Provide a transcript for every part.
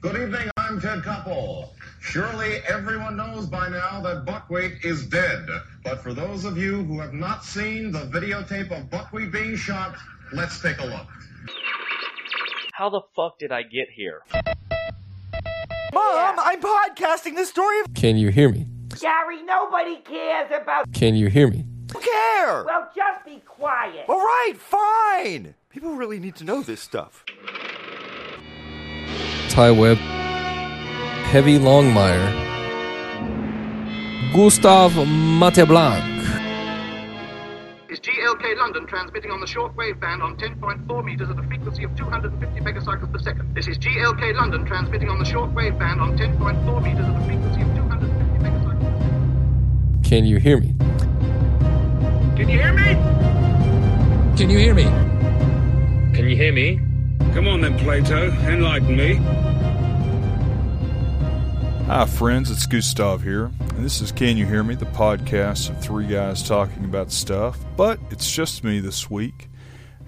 Good evening, I'm Ted Koppel. Surely everyone knows by now that buckwheat is dead. But for those of you who have not seen the videotape of buckwheat being shot, let's take a look. How the fuck did I get here? Mom, I'm podcasting the story of Can you hear me? Gary, nobody cares about Can you hear me? care. Well, just be quiet. All right, fine. People really need to know this stuff. Ty Webb, Heavy Longmire, Gustav Mateblanc, is GLK London transmitting on the shortwave band on 10.4 meters at a frequency of 250 megacycles per second. This is GLK London transmitting on the shortwave band on 10.4 meters at a frequency of 250 megacycles. per second. Can you hear me? Can you hear me? Can you hear me? Can you hear me? Come on then, Plato, enlighten me. Hi, friends. It's Gustav here, and this is Can You Hear Me, the podcast of three guys talking about stuff. But it's just me this week.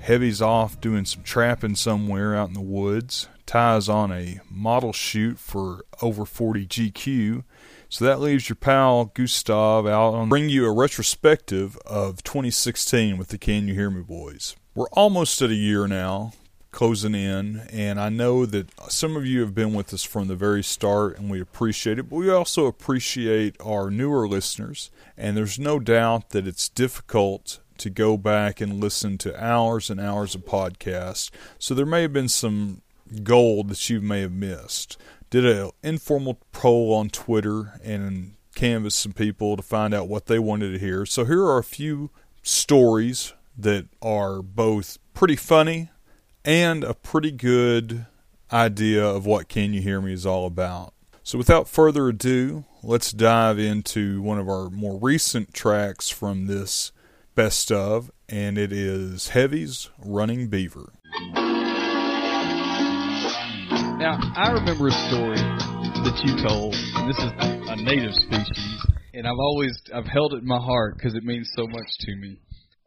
Heavy's off doing some trapping somewhere out in the woods. Ty's on a model shoot for over 40 GQ. So that leaves your pal Gustav out on bring you a retrospective of 2016 with the Can You Hear Me boys. We're almost at a year now, closing in, and I know that some of you have been with us from the very start and we appreciate it, but we also appreciate our newer listeners, and there's no doubt that it's difficult to go back and listen to hours and hours of podcasts. So there may have been some gold that you may have missed. Did an informal poll on Twitter and canvassed some people to find out what they wanted to hear. So here are a few stories that are both pretty funny and a pretty good idea of what Can You Hear Me is all about. So, without further ado, let's dive into one of our more recent tracks from this best of, and it is Heavy's Running Beaver. Now, I remember a story that you told, and this is a native species, and I've always I've held it in my heart because it means so much to me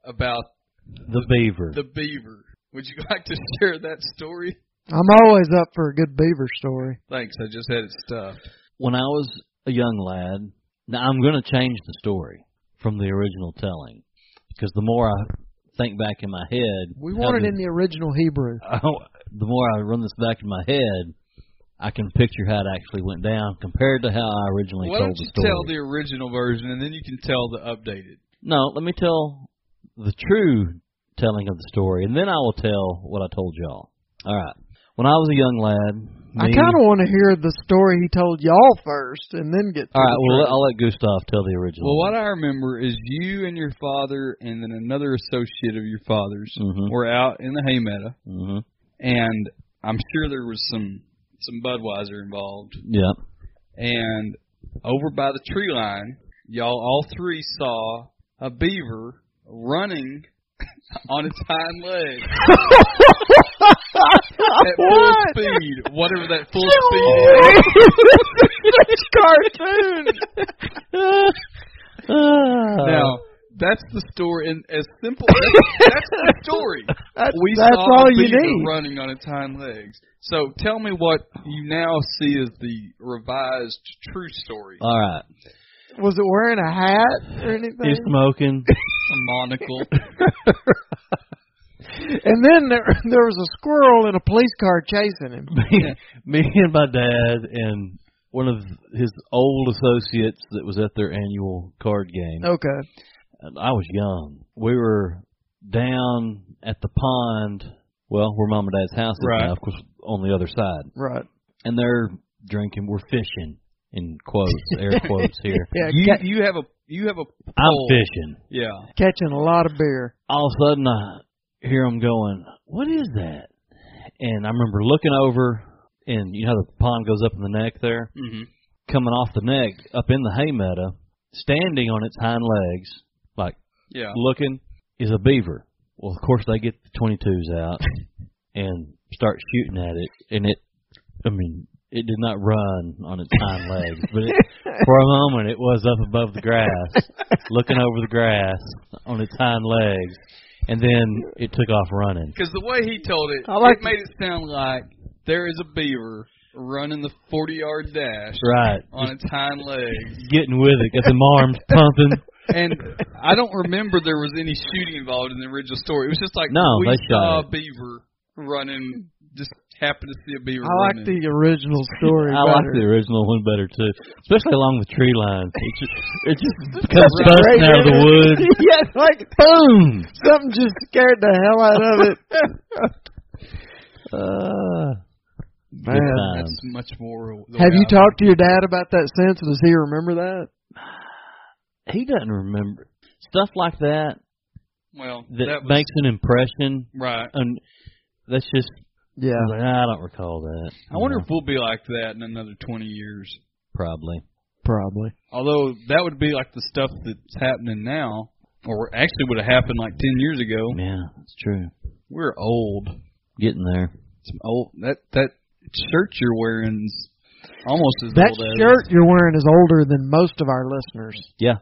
about The beaver. the beaver. Would you like to share that story? I'm always up for a good beaver story. Thanks, I just had it stuffed. When I was a young lad, now I'm going to change the story from the original telling because the more I think back in my head, We how want it the- in the original Hebrew. Oh, the more I run this back in my head, I can picture how it actually went down compared to how I originally Why told don't the you story. tell the original version, and then you can tell the updated? No, let me tell the true telling of the story, and then I will tell what I told y'all. All right. When I was a young lad, I me- kind of want to hear the story he told y'all first, and then get. To All right. the Well, truth. let- I'll let Gustav tell the original. Well, what I remember is you and your father, and then another associate of your father's, Mhm. were out in the hay meadow, hmm and I'm sure there was some some Budweiser involved. Yeah. and over by the tree line, y'all all three saw a beaver running on its hind legs at full What? speed, whatever that full speed is. This cartoon. Ah. Now, that's the story, and as simple that's, that's the story. That's- we that's saw all a you beaver need. running on its hind legs. So tell me what you now see as the revised true story. All right. Was it wearing a hat or anything? He's smoking. A monocle. and then there there was a squirrel in a police car chasing him. me, me and my dad and one of his old associates that was at their annual card game. Okay. And I was young. We were down at the pond. Well, where mom and dad's house is Right. now, of course, on the other side. Right. And they're drinking. We're fishing, in quotes, air quotes here. Yeah. you, ca- you have a you have a I'm pole. fishing. Yeah. catching a lot of beer. all of a sudden I hear them going, "What is that?" And I remember looking over, and you know how the pond goes up in the neck there, Mhm. coming off the neck up in the hay meadow, standing on its hind legs, like Yeah. looking, is a beaver. Well, of course they get the twenty twos out and start shooting at it, and it, I mean. It did not run on its hind legs, but it, for a moment it was up above the grass, looking over the grass on its hind legs, and then it took off running. Because the way he told it, I like it made it sound like there is a beaver running the 40 yard dash Right. on its hind legs. Getting with it, got them arms pumping. And I don't remember there was any shooting involved in the original story. It was just like No, we they saw shot a beaver running, just happened to see a beaver I like running. the original story. I like better. the original one better too, especially along the tree lines. It just, it just comes Right. busting out of the woods. yeah, like Boom! something just scared the hell out of it. Uh, Man. good times. That's much more. the Have way you I- talked to your dad about that since? Does he remember that? He doesn't remember stuff like that Well, that, that was, makes an impression, right. and that's just Yeah. like, "Ah, I don't recall that. I wonder No, if we'll be like that in another 20 years. probably. Probably. Although that would be like the stuff that's happening now, or actually would have happened like 10 years ago. Yeah, that's true. We're old. Getting there. Some old that that shirt you're wearing's almost as That old as shirt you're wearing is older than most of our listeners. Yeah,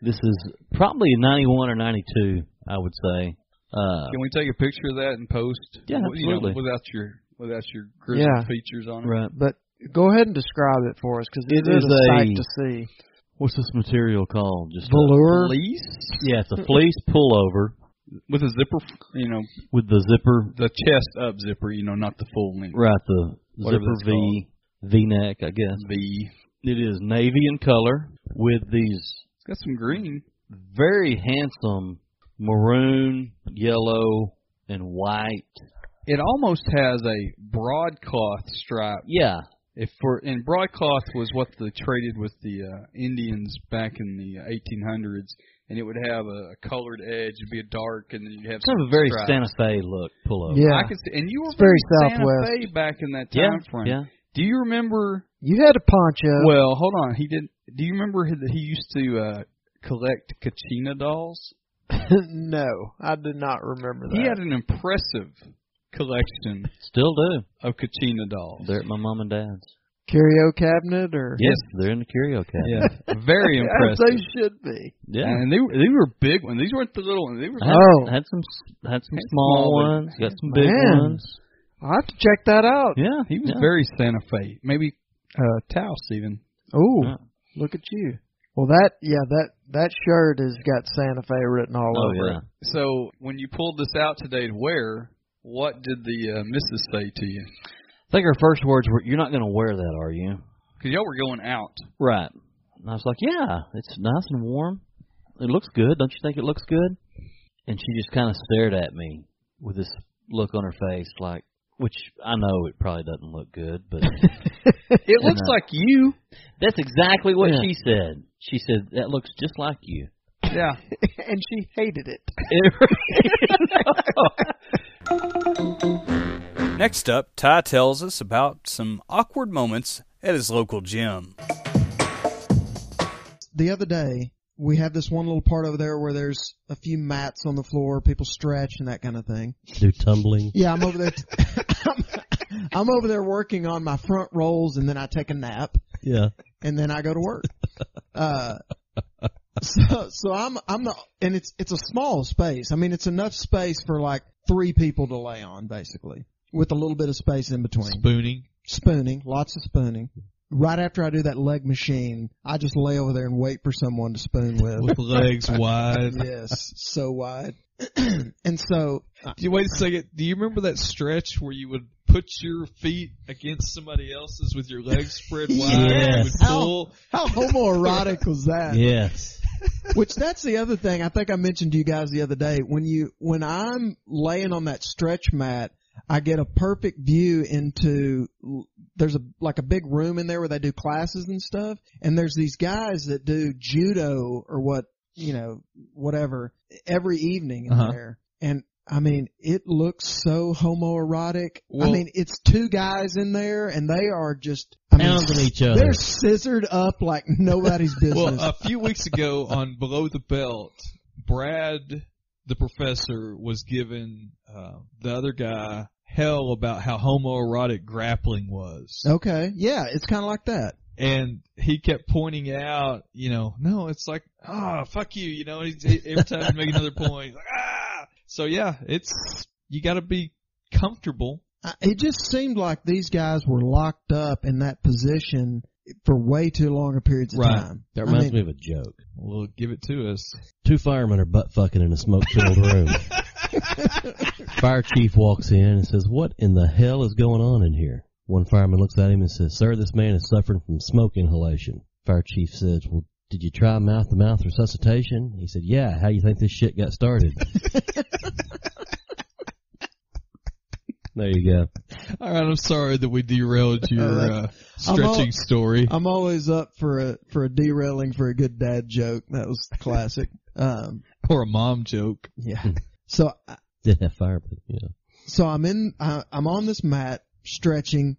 this is probably '91 or '92. I would say. Uh, Can we take a picture of that and post? Yeah, W- you know, absolutely. without your without your gruesome Yeah. features on it. right. But go ahead and describe it for us because It it is, is a sight a- to see. What's this material called? Just a- Velour. Fleece yeah, it's a fleece pullover with a zipper, f- you know, with the zipper the chest up zipper, you know, not the full length. Right, the Whatever zipper that's V V neck, I guess. V. It is navy in color with these Got some green. very handsome maroon, yellow, and white. It almost has a broadcloth stripe. Yeah, If for and broadcloth was what they traded with the uh, Indians back in the 1800s, and it would have a, a colored edge. It'd be a dark, and then you'd have it's kind some of a very stripes. Santa Fe look pullover. Yeah. I could see, and you were It's very Santa Southwest. Fe back in that yeah, time frame. yeah. Do you remember? You had a poncho. Well, hold on. He did. Do you remember he- that he used to uh, collect Kachina dolls? no, I did not remember that. He had an impressive collection Still do. of Kachina dolls. They're at my mom and dad's. curio cabinet or Yes, they're in the curio cabinet. yeah, very as impressive. they should be. Yeah. And they were they were big ones. These weren't the little ones. They were. I had, Oh. had some s- had some Had small, small ones. ones, got some big Man. ones. I'll have to check that out. Yeah, He was yeah. very Santa Fe. Maybe uh, Taos even. Oh, Yeah. look at you. Well, that yeah that that shirt has got Santa Fe written all Oh over yeah. it. So when you pulled this out today to wear, what did the uh, missus say to you? I think her first words were, "You're not going to wear that, are you?" Because y'all were going out. Right. And I was like, yeah, it's nice and warm. It looks good. Don't you think it looks good? And she just kind of stared at me with this look on her face, like, which I know it probably doesn't look good, but It looks uh, like you. that's exactly what Yeah. she said. She said, that looks just like you. Yeah. and she hated it. Next up, Ty tells us about some awkward moments at his local gym. the other day we have this one little part over there where there's a few mats on the floor, people stretch and that kind of thing. do tumbling. Yeah, I'm over there. I'm, I'm over there working on my front rolls, and then I take a nap, Yeah. and then I go to work. Uh, so so I'm I'm the and it's it's a small space. I mean, it's enough space for like three people to lay on, basically, with a little bit of space in between. Spooning. spooning, lots of spooning. Right after I do that leg machine, I just lay over there and wait for someone to spoon with. With legs wide. Yes, so wide. and so, Do you wait a second? Do you remember that stretch where you would put your feet against somebody else's with your legs spread wide and you Yes. would pull? how homoerotic was that? Yes. Which that's the other thing I think I mentioned to you guys the other day. When you, when I'm laying on that stretch mat, I get a perfect view into, there's a, like a big room in there where they do classes and stuff. And there's these guys that do judo or what, you know, whatever every evening in Uh-huh. there. And I mean, it looks so homoerotic. Well- I mean, it's two guys in there and they are just, I mean, Pounding each other. They're scissored up like nobody's business. Well, a few weeks ago on Below the Belt, Brad the professor was giving uh, the other guy hell about how homoerotic grappling was. Okay. Yeah, it's kind of like that. and he kept pointing out, you know, no, it's like, ah, fuck you, you know. He's, he- every time you make another point, he's like, ah. So yeah, it's you got to be comfortable I- it just seemed like these guys were locked up in that position for way too long a periods of Right. time. That I reminds mean, me of a joke. Well, give it to us. Two firemen are butt fucking in a smoke filled room. Fire chief walks in and says, "What in the hell is going on in here?" One fireman looks at him and says, "Sir, this man is suffering from smoke inhalation." Fire chief says, "Well, did you try mouth to mouth resuscitation?" He said, "Yeah. How do you think this shit got started?" there you go. All right, I'm sorry that we derailed your uh, I'm stretching al- story. I'm always up for a for a derailing for a good dad joke. That was classic. Um, or a mom joke. Yeah. So I- Did have firemen? Yeah. so I'm in I, I'm on this mat stretching,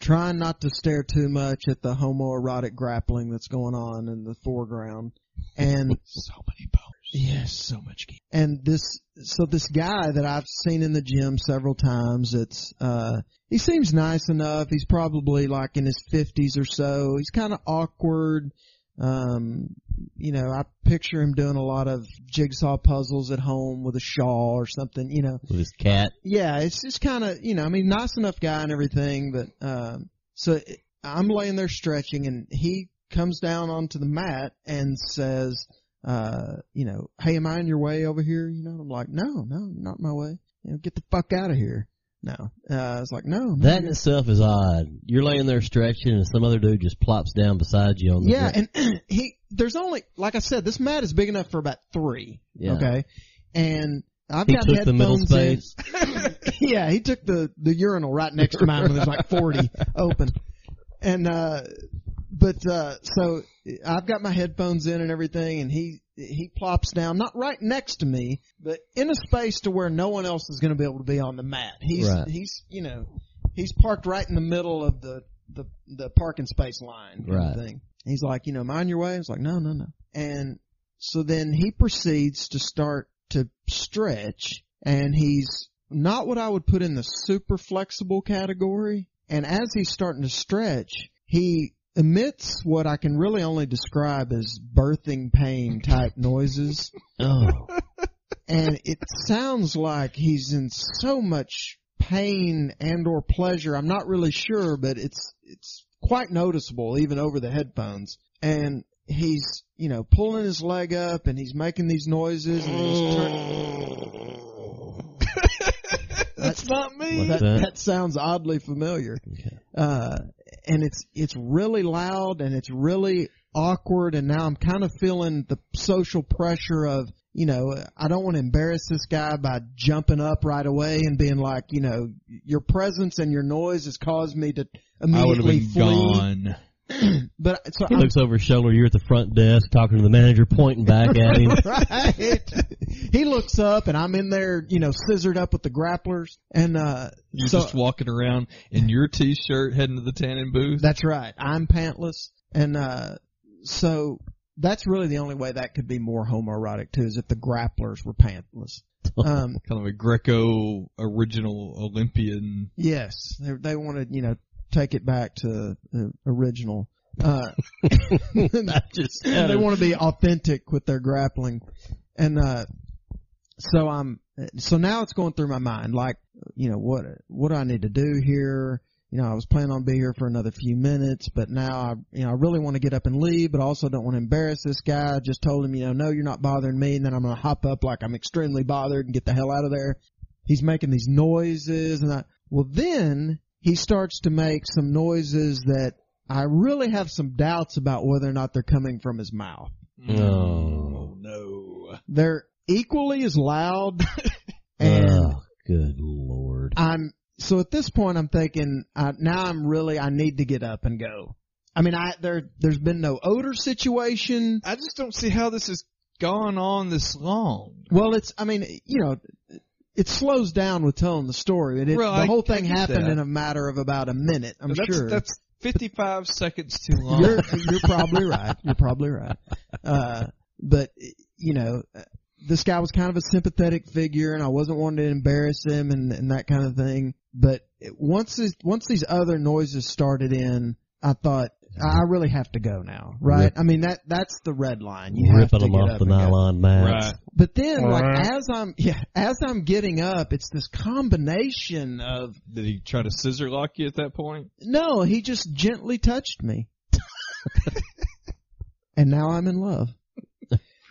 trying not to stare too much at the homoerotic grappling that's going on in the foreground, and so many bones. Yes, so much. Game. and this so this guy that I've seen in the gym several times it's uh he seems nice enough he's probably like in his 50s or so he's kind of awkward um you know I picture him doing a lot of jigsaw puzzles at home with a shawl or something you know With his cat. yeah, it's just kind of you know, I mean, nice enough guy and everything, but um, so it- I'm laying there stretching, and he comes down onto the mat and says, uh, you know, hey, am I in your way over here? You know, I'm like, no, no, you're not in my way. You know, get the fuck out of here. No, uh, it's like, no, no, That in you're- itself is odd. You're laying there stretching, and some other dude just plops down beside you on the yeah, and he there's only like I said, this mat is big enough for about three. Yeah. Okay, and I've He got took the middle headphones in. yeah, he took the the urinal right next to mine when there's like 40 open, and uh, but uh, so I've got my headphones in and everything, and he he plops down, not right next to me, but in a space to where no one else is going to be able to be on the mat. He's Right. he's you know he's parked right in the middle of the the the parking space line kind of Right. thing. He's like, you know, mind your way. I was like, no, no, no. And so then he proceeds to start to stretch and he's not what I would put in the super flexible category. And as he's starting to stretch, he emits what I can really only describe as birthing pain type noises. Oh. And it sounds like he's in so much pain and or pleasure. I'm not really sure, but it's, it's quite noticeable even over the headphones. And he's, you know, pulling his leg up and he's making these noises and he's turning. That's not me. What's That, that? that sounds oddly familiar. Uh, and it's it's really loud and it's really awkward. And now I'm kind of feeling the social pressure of you know I don't want to embarrass this guy by jumping up right away and being like you know your presence and your noise has caused me to I would have immediately been flee. gone. But so He I'm looks over his shoulder. You're at the front desk talking to the manager, pointing back at him. right. He looks up and I'm in there, you know, scissored up with the grapplers and uh You're so just walking around in your t-shirt heading to the tanning booth. that's right. I'm pantless and uh so that's really the only way that could be more homoerotic too is if the grapplers were pantless. Um kind of a Greco original Olympian. yes, they they want to, you know, take it back to the original uh just and they want to be authentic with their grappling. And uh so I'm so now it's going through my mind like you know what what do I need to do here? You know, I was planning on being here for another few minutes, but now I you know I really want to get up and leave, but I also don't want to embarrass this guy. I just told him, you know, no, you're not bothering me, and then I'm gonna hop up like I'm extremely bothered and get the hell out of there. He's making these noises, and I well then he starts to make some noises that I really have some doubts about whether or not they're coming from his mouth. Oh, no. They're equally as loud and oh, good lord. I'm so at this point I'm thinking uh, now I'm really I need to get up and go. I mean I there there's been no odor situation. I just don't see how this has gone on this long. Well, it's I mean you know it slows down with telling the story. It, it- Well, the I- whole I thing get happened that. in a matter of about a minute. I'm that's, sure that's 55 seconds too long. You're you're probably right. You're probably right. Uh, but you know, this guy was kind of a sympathetic figure, and I wasn't wanting to embarrass him and, and that kind of thing. But once this, once these other noises started in, I thought, I really have to go now, right? I mean that that's the red line. You have ripping to them get off up the and go. nylon mats. But then, like Right. as I'm yeah, as I'm getting up, it's this combination of Did he try to scissor lock you at that point? no, he just gently touched me, and now I'm in love.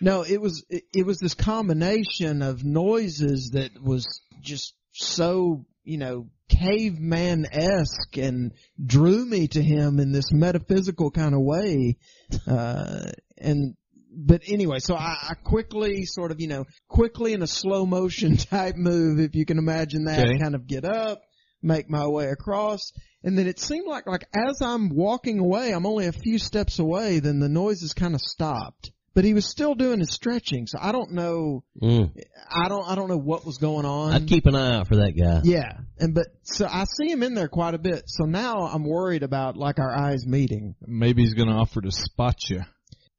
No, it was it, it was this combination of noises that was just so you know caveman esque and drew me to him in this metaphysical kind of way, uh, and but anyway, so I, I quickly sort of, you know, quickly in a slow motion type move, if you can imagine that, Okay. kind of get up, make my way across, and then it seemed like, like as I'm walking away, I'm only a few steps away, then the noises kind of stopped. But he was still doing his stretching, so I don't know, Mm. I don't, I don't know what was going on. I'd keep an eye out for that guy. Yeah, and but so I see him in there quite a bit. So now I'm worried about like our eyes meeting. Maybe he's going to offer to spot you.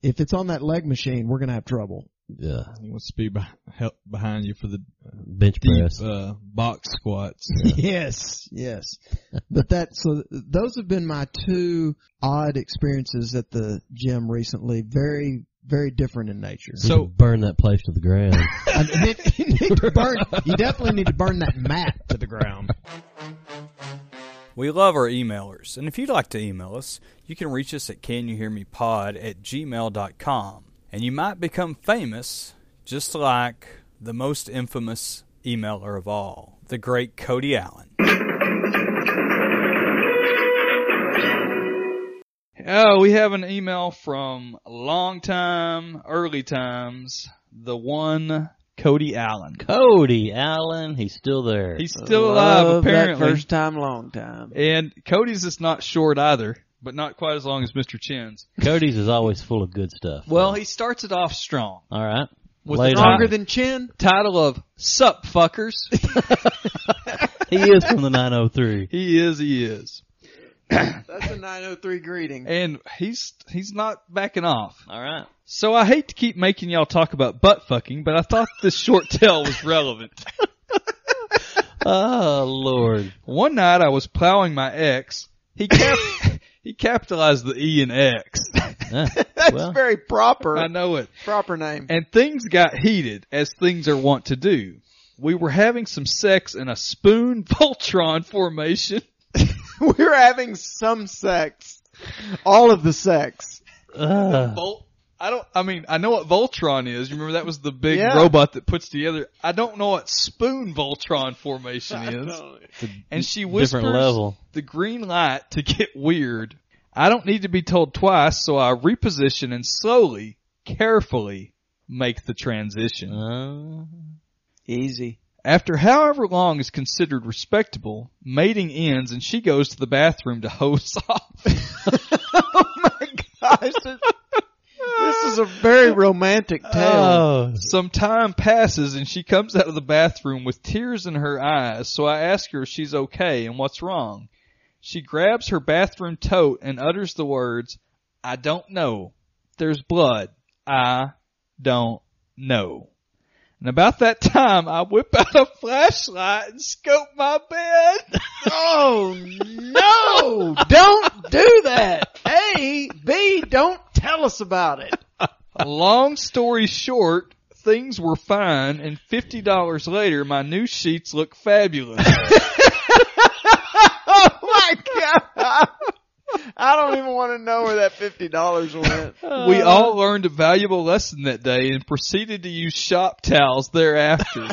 If it's on that leg machine, we're gonna have trouble. Yeah. He wants to be beh help behind you for the uh, Bench deep, press. uh, box squats. yes, yes. But that so th- those have been my two odd experiences at the gym recently. Very, very different in nature. We could burn that place to the ground. I mean, Nick, you need to burn. You definitely need to burn that mat to the ground. We love our emailers, and if you'd like to email us, you can reach us at canyouhearmepod at gmail.com. And you might become famous just like the most infamous emailer of all, the great Cody Allen. Oh, we have an email from long time, early times, the one Cody Allen. Cody Allen, he's still there. He's still alive, Love that apparently. first time, long time. And Cody's is not short either, but not quite as long as Mr. Chin's. Cody's is always full of good stuff. Well, he starts it off strong. All right. With Later. longer than Chin? Title of Sup Fuckers. he is from the 903. He is, he is. That's a 903 greeting. And he's he's not backing off. All right. So I hate to keep making y'all talk about butt fucking, but I thought this short tale was relevant. oh lord. One night I was plowing my ex. He cap- he capitalized the E and X. That's very proper. I know it. Proper name. And things got heated, as things are wont to do. We were having some sex in a spoon Voltron formation. we were having some sex. All of the sex. Volt. I don't. I mean, I know what Voltron is. You remember that was the big Yeah. robot that puts together. I don't know what spoon Voltron formation is. And she whispers different level. the green light to get weird. I don't need to be told twice, so I reposition and slowly, carefully make the transition. Easy. After however long is considered respectable, mating ends and she goes to the bathroom to hose off. Oh This is a very romantic tale. Some time passes and she comes out of the bathroom with tears in her eyes, so I ask her if she's okay and what's wrong. She grabs her bathroom tote and utters the words, I don't know. There's blood. I don't know. And about that time, I whip out a flashlight and scope my bed. Oh no! Don't do that. A, B, don't tell us about it. Long story short, things were fine, and fifty dollars later, my new sheets look fabulous. Oh my god! I don't even want to know where that fifty dollars went. we all learned a valuable lesson that day and proceeded to use shop towels thereafter.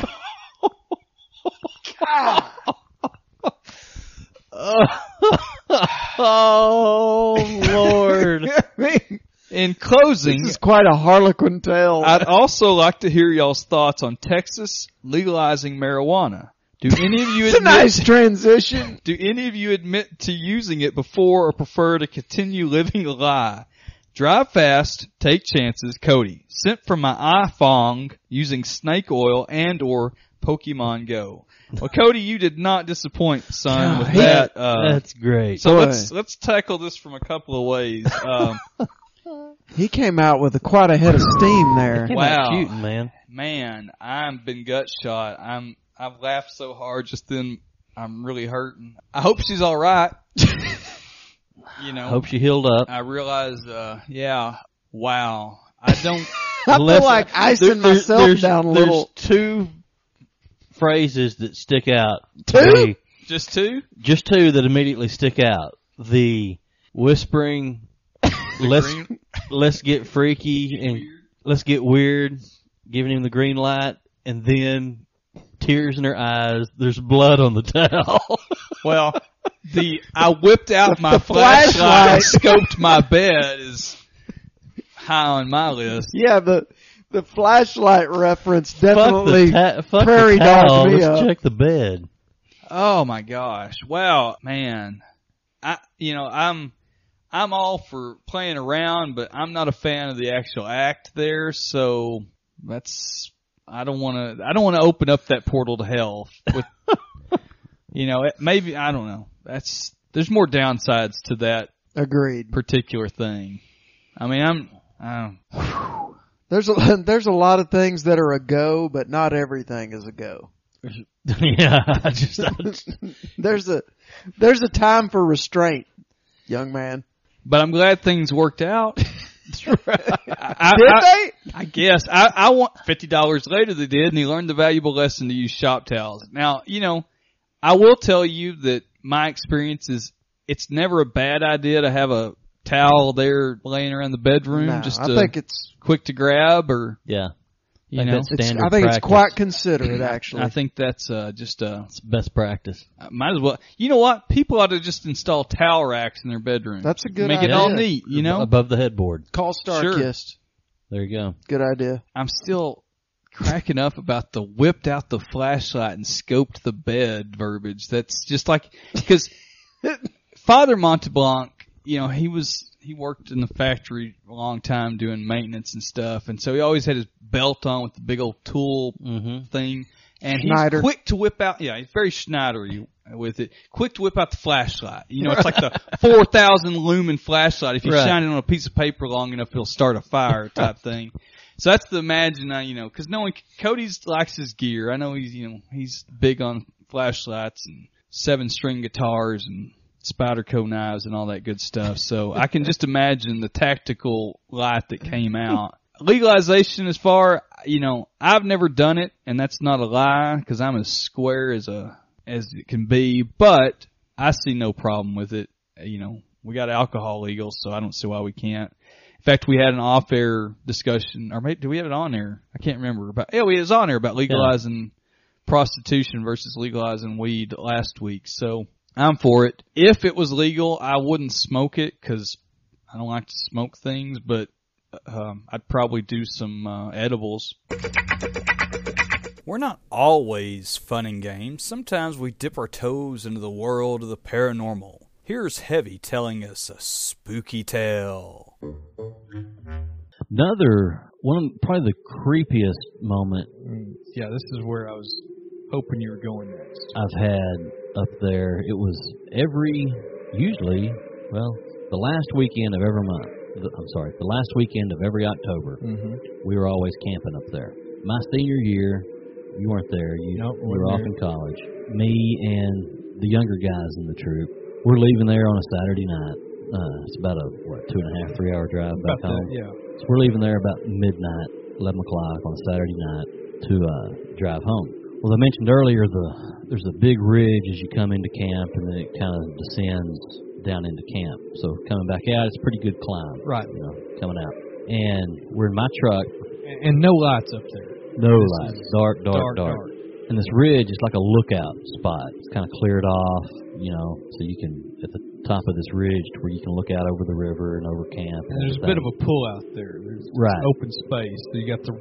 Oh oh Lord. In closing, this is quite a harlequin tale. I'd also like to hear y'all's thoughts on Texas legalizing marijuana. Do any of you it's a admit, nice transition. do any of you admit to using it before or prefer to continue living a lie? Drive fast, take chances, Cody. Sent from my iPhone using snake oil and or Pokemon Go. Well, Cody, you did not disappoint, son. With God, that, uh, that's great. So Boy. let's let's tackle this from a couple of ways. Um, He came out with a quite a head of steam there. wow, man. man, I've been gut shot. I'm I've laughed so hard just then. I'm really hurting. I hope she's all right. you know, Hope she healed up. I realized, uh, yeah, wow. I don't. I feel like icing myself there's, down a there's little. two phrases that stick out. to Two? me. Just two? Just two that immediately stick out. The whispering, let's let's get freaky and let's get weird, giving him the green light, and then tears in her eyes. There's blood on the towel. well, the I whipped out my flashlight, flashlight. scoped my bed is high on my list. Yeah, the the flashlight reference definitely fuck the, ta- fuck prairie the towel. dog me Let's up. check the bed. Oh my gosh! Wow, man. I you know I'm I'm all for playing around, but I'm not a fan of the actual act there. So that's I don't want to I don't want to open up that portal to hell with you know it, maybe I don't know. That's there's more downsides to that Agreed. particular thing. I mean I'm I don't, There's a, there's a lot of things that are a go, but not everything is a go. yeah, I just there's a there's a time for restraint, young man. but I'm glad things worked out. I, Did I, I guess I, I want fifty dollars later. They did, and he learned the valuable lesson to use shop towels. Now you know, I will tell you that my experience is it's never a bad idea to have a towel there laying around the bedroom No, just I to, think it's- quick to grab or yeah, you Like know that's It's- standard I think it's practice. quite considerate, actually. I think that's uh, just uh, best practice. might as well. You know what? People ought to just install towel racks in their bedroom. That's a good make it idea. all neat. You know, above the headboard. Call Starkist. There you go. Good idea. I'm still cracking up about the whipped out the flashlight and scoped the bed verbiage. That's just like because Father Monteblanc, you know, he was he worked in the factory a long time doing maintenance and stuff, and so he always had his belt on with the big old tool thing. And Schneider. he's quick to whip out. Yeah, he's very Schneidery with it. Quick to whip out the flashlight. You know, it's like the four thousand lumen flashlight. If you Right. shine it on a piece of paper long enough, it'll start a fire type thing. So that's the imagine I, you know, because no one. Cody's likes his gear. I know he's you know he's big on flashlights and seven string guitars and Spyderco knives and all that good stuff. So I can just imagine the tactical light that came out. Legalization, as far you know, I've never done it, and that's not a lie because I'm as square as a as it can be. But I see no problem with it. You know, we got alcohol legal, so I don't see why we can't. In fact, we had an off-air discussion, or maybe, do we have it on air? I can't remember. About yeah, we it was on air about legalizing prostitution versus legalizing weed last week. So I'm for it. If it was legal, I wouldn't smoke it because I don't like to smoke things, but um, I'd probably do some uh, edibles. We're not always fun and games. Sometimes we dip our toes into the world of the paranormal. Here's Heavy telling us a spooky tale. Another one, of- probably the creepiest moment Yeah, this is where I was hoping you were going next. I've had up there. It was every, usually, well, the last weekend of every month. The- I'm sorry, the last weekend of every October. Mhm. We were always camping up there. My senior year, you weren't there. You, Nope, you were wasn't off there. in college. Me and the younger guys in the troop, we're leaving there on a Saturday night. Uh, it's about a what two and a half, three hour drive back About that, home. yeah. So we're leaving there about midnight, 11 o'clock on Saturday night to uh, drive home. Well, I mentioned earlier the there's a big ridge as you come into camp, and then it kind of descends down into camp. So coming back out, it's a pretty good climb. Right. You know, coming out, and we're in my truck. And, and no lights up there. No This lights. is Dark, dark, dark, dark, dark. And this ridge is like a lookout spot. It's kind of cleared off, you know, so you can at the top of this ridge to where you can look out over the river and over camp. And there's a bit of a pull out there. There's just Right. open space. So you got the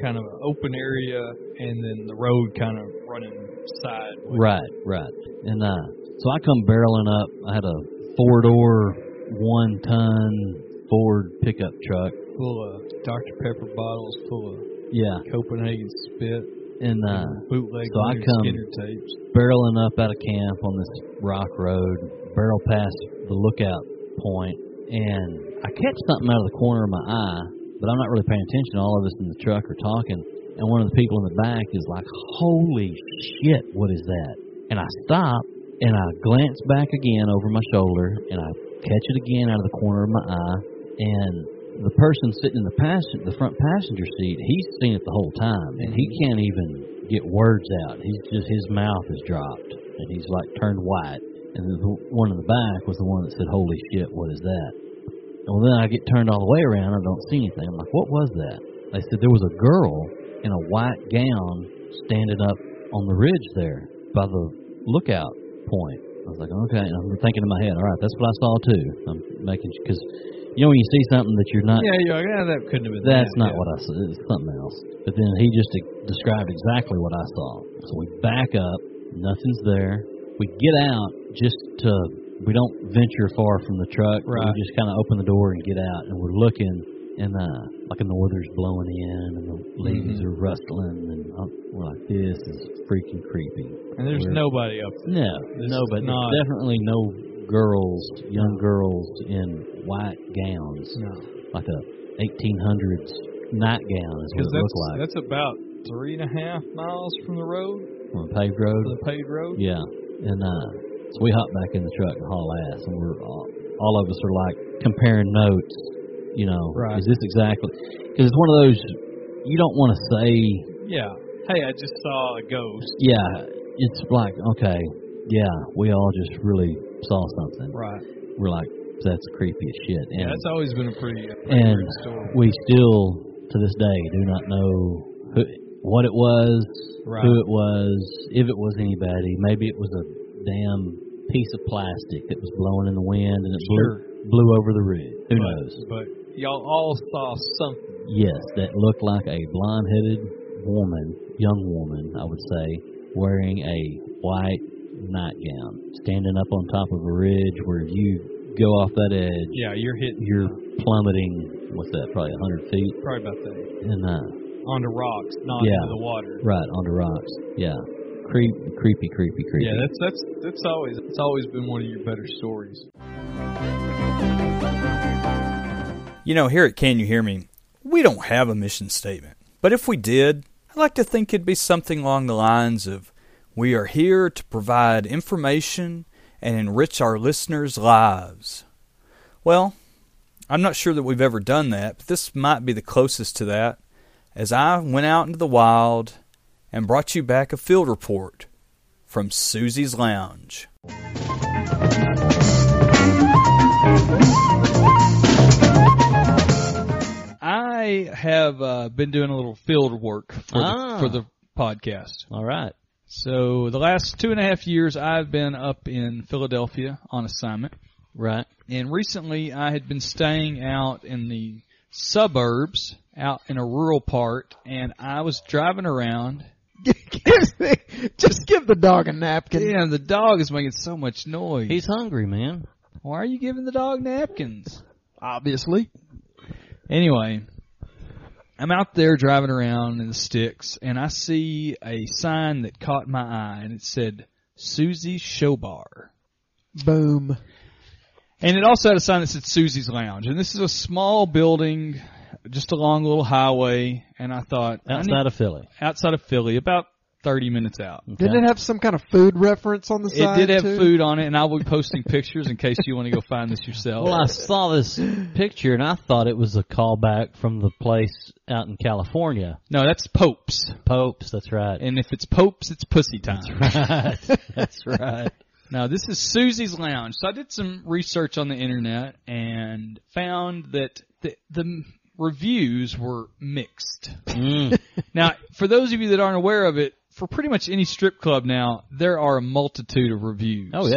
kind of open area and then the road kind of running side. Right, right. And uh, so I come barreling up. I had a four door, one ton Ford pickup truck. Full of Dr. Pepper bottles, full of Yeah. Copenhagen spit. And uh, bootleg so I Leonard come Skinner tapes. barreling up out of camp on this rock road, barrel past the lookout point, and I catch something out of the corner of my eye, but I'm not really paying attention. All of us in the truck are talking, and one of the people in the back is like, "Holy shit, what is that?" And I stop and I glance back again over my shoulder, and I catch it again out of the corner of my eye, and the person sitting in the passenger, the front passenger seat, he's seen it the whole time, and he can't even get words out. He's just his mouth is dropped, and he's like turned white. And the one in the back was the one that said, "Holy shit, what is that?" And well, then I get turned all the way around. I don't see anything. I'm like, "What was that?" They said there was a girl in a white gown standing up on the ridge there by the lookout point. I was like, okay. And I'm thinking in my head, all right, that's what I saw too. I'm making because you know when you see something that you're not. Yeah, you're like, yeah, that couldn't have been. That's that, not yeah. what I saw. It's something else. But then he just e- described exactly what I saw. So we back up. Nothing's there. We get out just to. We don't venture far from the truck. Right. We just kind of open the door and get out, and we're looking, and uh, like the weather's blowing in, and the leaves Mhm. are rustling, and I'm, we're like, this is freaking creepy. And there's We're- nobody up there. no, This no, is but not- definitely no girls, young girls in white gowns, No. like a 1800s nightgown is what Because it that's looked like that's about three and a half miles from the road, on a paved road. from the paved road. Yeah, and uh, so we hop back in the truck and haul ass, and we're all, all of us are like comparing notes. You know, Right. is this exactly? Because it's one of those you don't want to say Yeah. Hey, I just saw a ghost. yeah, it's like, okay, yeah, we all just really saw something. Right. We're like, that's creepy as shit. And, Yeah, that's always been a pretty, a pretty and weird story. we still, to this day, do not know who, what it was, Right. who it was, if it was anybody. Maybe it was a damn piece of plastic that was blowing in the wind and it Sure. blew, blew over the ridge. but, Who knows? But y'all all saw something. Yes, that looked like a blonde headed woman, young woman, I would say, wearing a white nightgown, standing up on top of a ridge where if you go off that edge, Yeah, you're hitting. you're plummeting, what's that, probably 100 feet? Probably about that. And, uh, Onto rocks, not Yeah. into the water. right, onto rocks. Yeah. Creep, creepy, creepy, creepy. Yeah, that's that's that's always it's always been one of your better stories. You know, here at Can You Hear Me, we don't have a mission statement. But if we did, I'd like to think it'd be something along the lines of We are here to provide information and enrich our listeners' lives. Well, I'm not sure that we've ever done that, but this might be the closest to that, as I went out into the wild and brought you back a field report from Susie's Lounge. I have uh, been doing a little field work for Ah. the, for the podcast. All right. So the last two and a half years, I've been up in Philadelphia on assignment, Right. and recently I had been staying out in the suburbs, out in a rural part, and I was driving around. Just give the dog a napkin. Damn, the dog is making so much noise. He's hungry, man. Why are you giving the dog napkins? Obviously. Anyway, I'm out there driving around in the sticks, and I see a sign that caught my eye, and it said Susie Show Bar. Boom. And it also had a sign that said Susie's Lounge. And this is a small building just along a little highway, and I thought I need- Outside of Philly. outside of Philly, about 30 minutes out. Didn't it have some kind of food reference on the It side? did have too? food on it, and I will be posting pictures in case you want to go find this yourself. Well, I saw this picture and I thought it was a callback from the place out in California. no, that's Popes. Popes, that's right. And if it's Popes, it's pussy time. That's right. That's right. Now, this is Susie's Lounge. So I did some research on the internet and found that the, the reviews were mixed. Mm. now, for those of you that aren't aware of it, for pretty much any strip club now, there are a multitude of reviews. Oh yeah.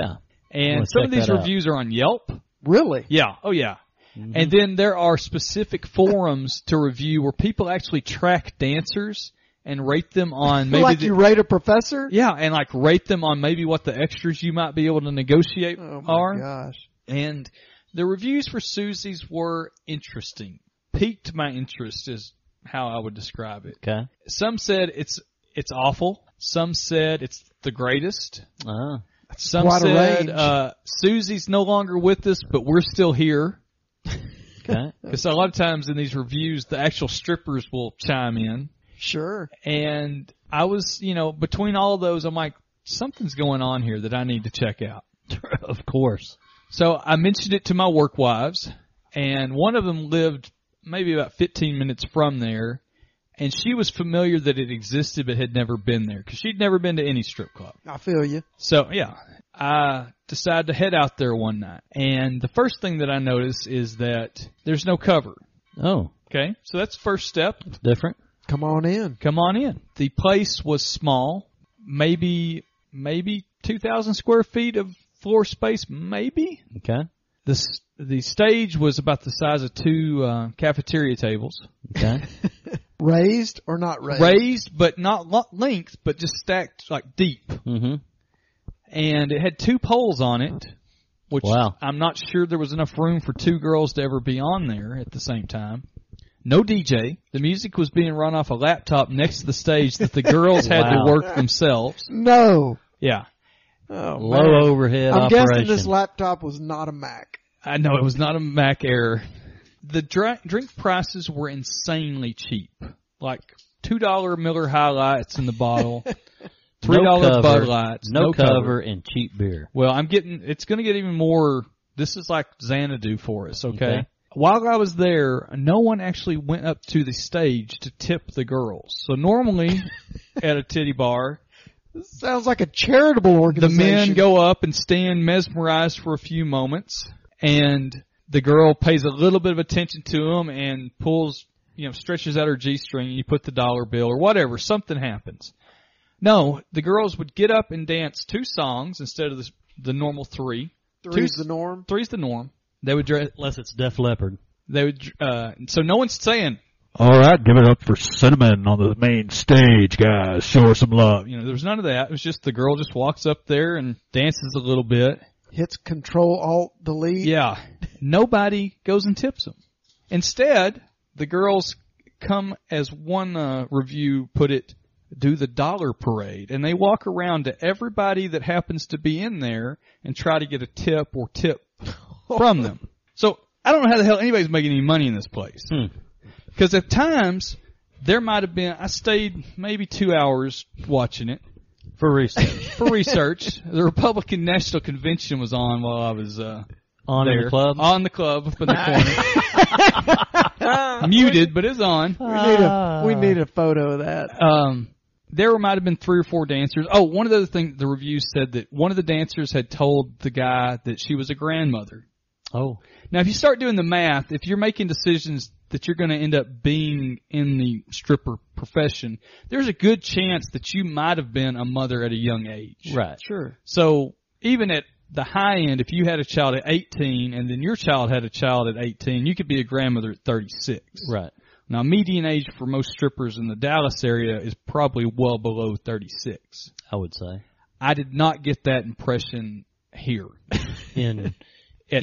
I'm gonna And some of check these that out. reviews are on Yelp. Really? Yeah. Oh yeah. And then there are specific forums to review where people actually track dancers and rate them on maybe like the, you rate a professor? yeah, and like rate them on maybe what the extras you might be able to negotiate Oh my are. gosh. And the reviews for Susie's were interesting. Piqued my interest is how I would describe it. Okay. Some said it's it's awful. Some said it's the greatest. Ah. Some Quite a said range. uh, Susie's no longer with us, but we're still here. Okay. Because a lot of times in these reviews, the actual strippers will chime in. Sure. And I was, you know, between all those, I'm like, something's going on here that I need to check out. of course. So I mentioned it to my work wives, and one of them lived maybe about 15 minutes from there, and she was familiar that it existed but had never been there because she'd never been to any strip club. I feel you. So yeah, I decided to head out there one night, and the first thing that I notice is that there's no cover. Oh, Okay, so that's the first step. different. Come on in. Come on in. The place was small, maybe maybe 2,000 square feet of floor space, maybe. Okay. The s- the stage was about the size of two uh, cafeteria tables, Okay. Raised or not raised? raised but not lo- length, but just stacked like deep. mm-hmm. And it had two poles on it, which Wow. I'm not sure there was enough room for two girls to ever be on there at the same time. No DJ. The music was being run off a laptop next to the stage that the girls had Wow. to work themselves. No. Yeah. Oh, Low man. overhead I'm operation. guessing this laptop was not a Mac. I know it was not a Mac error. The dri- drink prices were insanely cheap, like two dollar Miller High Lights in the bottle, three dollar no cover, Bud Lights, no, cover, and cheap beer. Well, I'm getting it's going to get even more. This is like Xanadu for us, okay? Okay. While I was there, no one actually went up to the stage to tip the girls. So normally, at a titty bar, Sounds like a charitable the organization. men go up and stand mesmerized for a few moments, and the girl pays a little bit of attention to him and pulls, you know, stretches out her g string, and you put the dollar bill or whatever. Something happens. No, the girls would get up and dance two songs instead of the, the normal three. Three's Two- the norm. Three's the norm. They would dress. Unless it's Def Leppard. They would. dr- Uh, so no one's saying, All right, give it up for Cinnamon on the main stage, guys. Show her some love. you know, there was none of that. It was just the girl just walks up there and dances a little bit. Hits Control Alt Delete. Yeah. Nobody goes and tips them. Instead, the girls come, as one uh, review put it, do the dollar parade, and they walk around to everybody that happens to be in there and try to get a tip or tip from them. So I don't know how the hell anybody's making any money in this place. Because at times there might have been. I stayed maybe two hours watching it for research. for research. the Republican National Convention was on while I was uh, On in there. the club? On the club up in the corner. Muted, but it's on. We need a we need a photo of that. Um, there might have been three or four dancers. Oh, one of the other things the review said that one of the dancers had told the guy that she was a grandmother. Oh, Now, if you start doing the math, if you're making decisions that you're going to end up being in the stripper profession, there's a good chance that you might have been a mother at a young age. right. Sure. So even at the high end, if you had a child at 18 and then your child had a child at 18, you could be a grandmother at 36. Right. Now, median age for most strippers in the Dallas area is probably well below 36. I would say I did not get that impression here. in At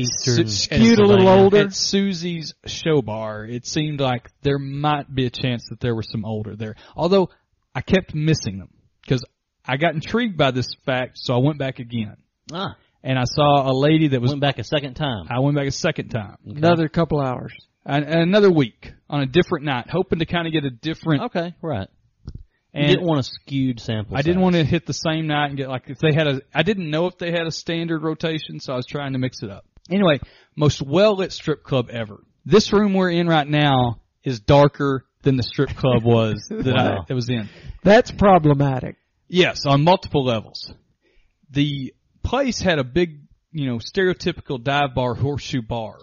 Su- Eastern skewed a little Pennsylvania. older. At Susie's show bar, it seemed like there might be a chance that there were some older there. Although I kept missing them because I got intrigued by this fact, so I went back again. ah, and I saw a lady that was. went back a second time. I went back a second time, Another couple hours. and, and another week on a different night, hoping to kind of get a different. Okay, right. And you didn't want a skewed sample. I didn't size. want to hit the same night and get like if they had a. I didn't know if they had a standard rotation, so I was trying to mix it up. Anyway, most well lit strip club ever. This room we're in right now is darker than the strip club was that I Wow. that was in. That's problematic. Yes, on multiple levels. The place had a big, you know, stereotypical dive bar, horseshoe bar,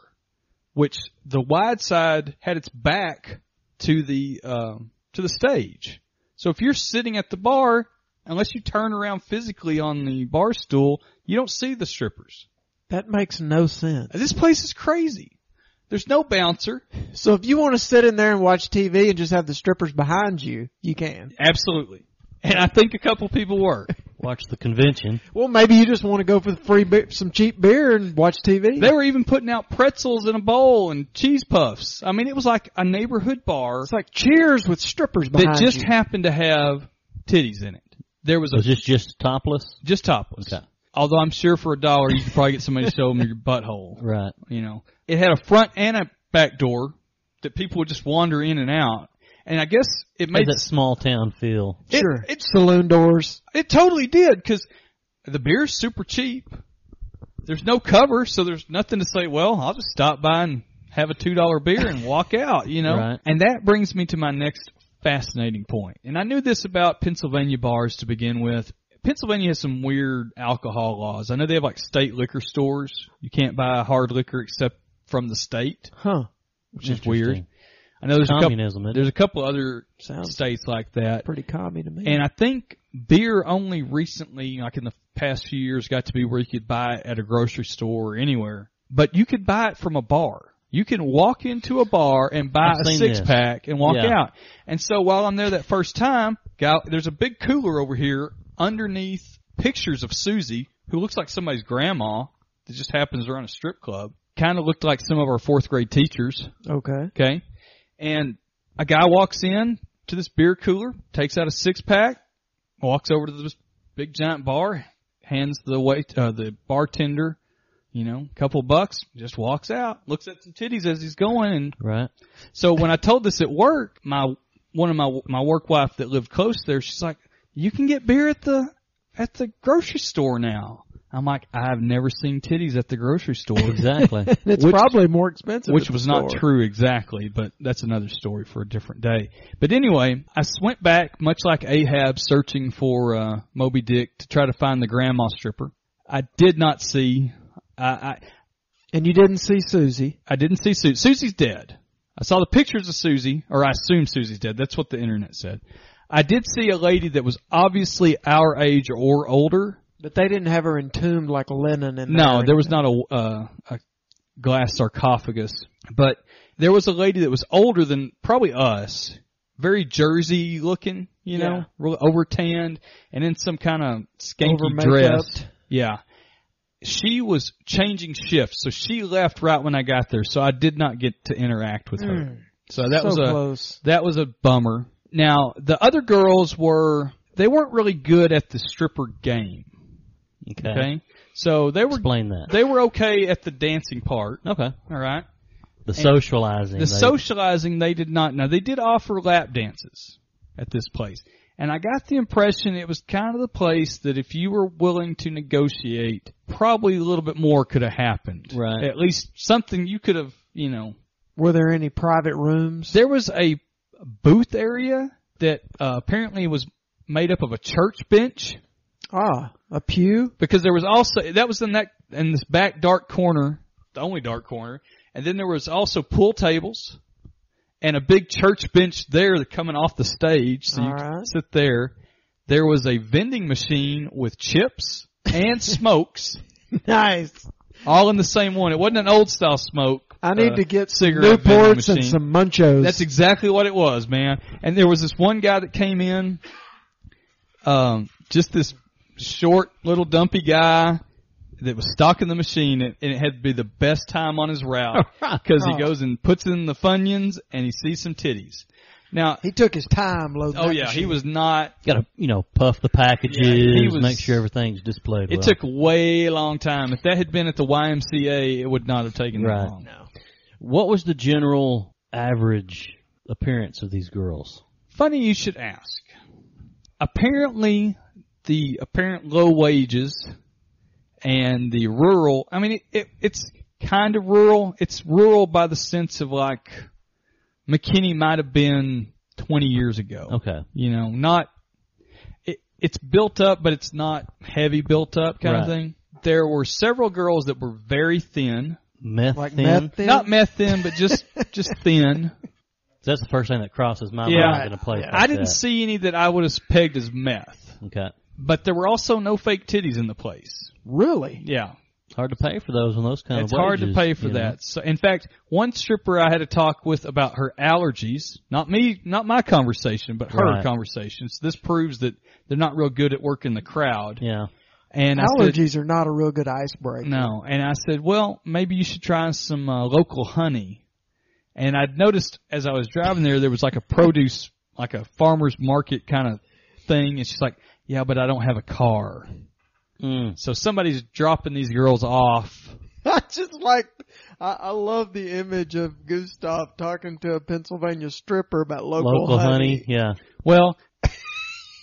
which the wide side had its back to the um, to the stage. So if you're sitting at the bar, unless you turn around physically on the bar stool, you don't see the strippers. That makes no sense. This place is crazy. There's no bouncer. So if you want to sit in there and watch TV and just have the strippers behind you, you can. Absolutely. And I think a couple people were. watch the convention. Well, maybe you just want to go for the free be- some cheap beer and watch TV. They were even putting out pretzels in a bowl and cheese puffs. I mean, it was like a neighborhood bar. it's like Cheers with strippers behind that just you. happened to have titties in it. There was a Was this just topless? just topless. Okay. Although I'm sure for a dollar you could probably get somebody to show them your butthole. Right. You know, it had a front and a back door that people would just wander in and out. And I guess it Made made that small town feel. it, sure. It, Saloon doors. it totally did because the beer's super cheap. There's no cover, so there's nothing to say. Well, I'll just stop by and have a two dollar beer and walk out. You know, Right. and that brings me to my next fascinating point. And I knew this about Pennsylvania bars to begin with. Pennsylvania has some weird alcohol laws. I know they have like state liquor stores. You can't buy hard liquor except from the state. Huh. Which is Interesting. weird. I know there's Communism, isn't a couple, it? there's a couple other Sounds states like that. pretty commie to me. And I think beer only recently, like in the past few years, got to be where you could buy it at a grocery store or anywhere. But you could buy it from a bar. You can walk into a bar and buy I've a seen six this. pack and walk Yeah. out. And so while I'm there that first time, guy, there's a big cooler over here underneath pictures of Susie, who looks like somebody's grandma that just happens to run a strip club. Kind of looked like some of our fourth grade teachers. Okay. Okay. And a guy walks in to this beer cooler, takes out a six pack, walks over to this big giant bar, hands the wait uh, the bartender, you know, a couple bucks, just walks out, looks at some titties as he's going, and Right. so when I told this at work, my one of my my work wife that lived close there, she's like, "You can get beer at the at the grocery store now." I'm like, "I've never seen titties at the grocery store." Exactly. It's probably more expensive. Which at the was not store. true exactly, but that's another story for a different day. But anyway, I went back, much like Ahab searching for uh, Moby Dick to try to find the grandma stripper. I did not see. I, I And you didn't see Susie. I didn't see Susie. Susie's dead. I saw the pictures of Susie, or I assume Susie's dead. That's what the internet said. I did see a lady that was obviously our age or older. But they didn't have her entombed like Lennon and No, there was not a, uh, a glass sarcophagus, but there was a lady that was older than probably us, very Jersey looking, you know, Yeah. real over tanned, and in some kind of skanky Over-makeuped. dress. Yeah, she was changing shifts, so she left right when I got there, so I did not get to interact with her. Mm. So that So was a close. that was a bummer. Now the other girls were they weren't really good at the stripper game. Okay. Okay. So they were Explain that. they were okay at the dancing part. Okay. All right. The And socializing. The they- socializing they did not know. They did offer lap dances at this place. And I got the impression it was kind of the place that if you were willing to negotiate, probably a little bit more could have happened. Right. At least something you could have, you know. Were there any private rooms? There was a booth area that uh, apparently was made up of a church bench Ah, a pew. because there was also that was in that in this back dark corner, the only dark corner, and then there was also pool tables and a big church bench there that coming off the stage, so you All could right. sit there. There was a vending machine with chips and smokes, Nice. all in the same one. It wasn't an old style smoke. I need uh, to get some cigarette vending Newports and machine. some Munchos. That's exactly what it was, man. And there was this one guy that came in, um, just this short, little, dumpy guy that was stocking the machine, and and it had to be the best time on his route because Ah. he Oh. goes and puts in the funyuns and he sees some titties. Now, he took his time loading. oh that yeah, he machine. was not. You gotta, you know, puff the packages, Yeah, he was- make sure everything's displayed. It well. took way long time. If that had been at the YMCA, it would not have taken that Right. long. What was the general average appearance of these girls? Funny you should ask. Apparently, the apparent low wages and the rural, I mean, it, it, it's kind of rural. It's rural by the sense of like McKinney might have been 20 years ago. Okay. You know, not, it, it's built up, but it's not heavy built up kind of Right. thing. There were several girls that were very thin. Meth like thin? meth thin? Not meth thin, but just, just thin. That's the first thing that crosses my Yeah. mind in a place. like I didn't that. see any that I would have pegged as meth. Okay. But there were also no fake titties in the place. really. Yeah. Hard to pay for those on those kind it's of hard to wages, pay for you know. that. So, in fact, one stripper I had a talk with about her allergies, not me, not my conversation, but her Right. conversations. This proves that they're not real good at working the crowd. Yeah. And I said, Allergies are not a real good icebreaker. no, and I said, well, maybe you should try some uh, local honey. And I'd noticed as I was driving there, there was like a produce, like a farmer's market kind of thing. And she's like, yeah, but I don't have a car. Mm. So somebody's dropping these girls off. I just like I, I love the image of Gustav talking to a Pennsylvania stripper about local, Local, honey. Yeah. Well,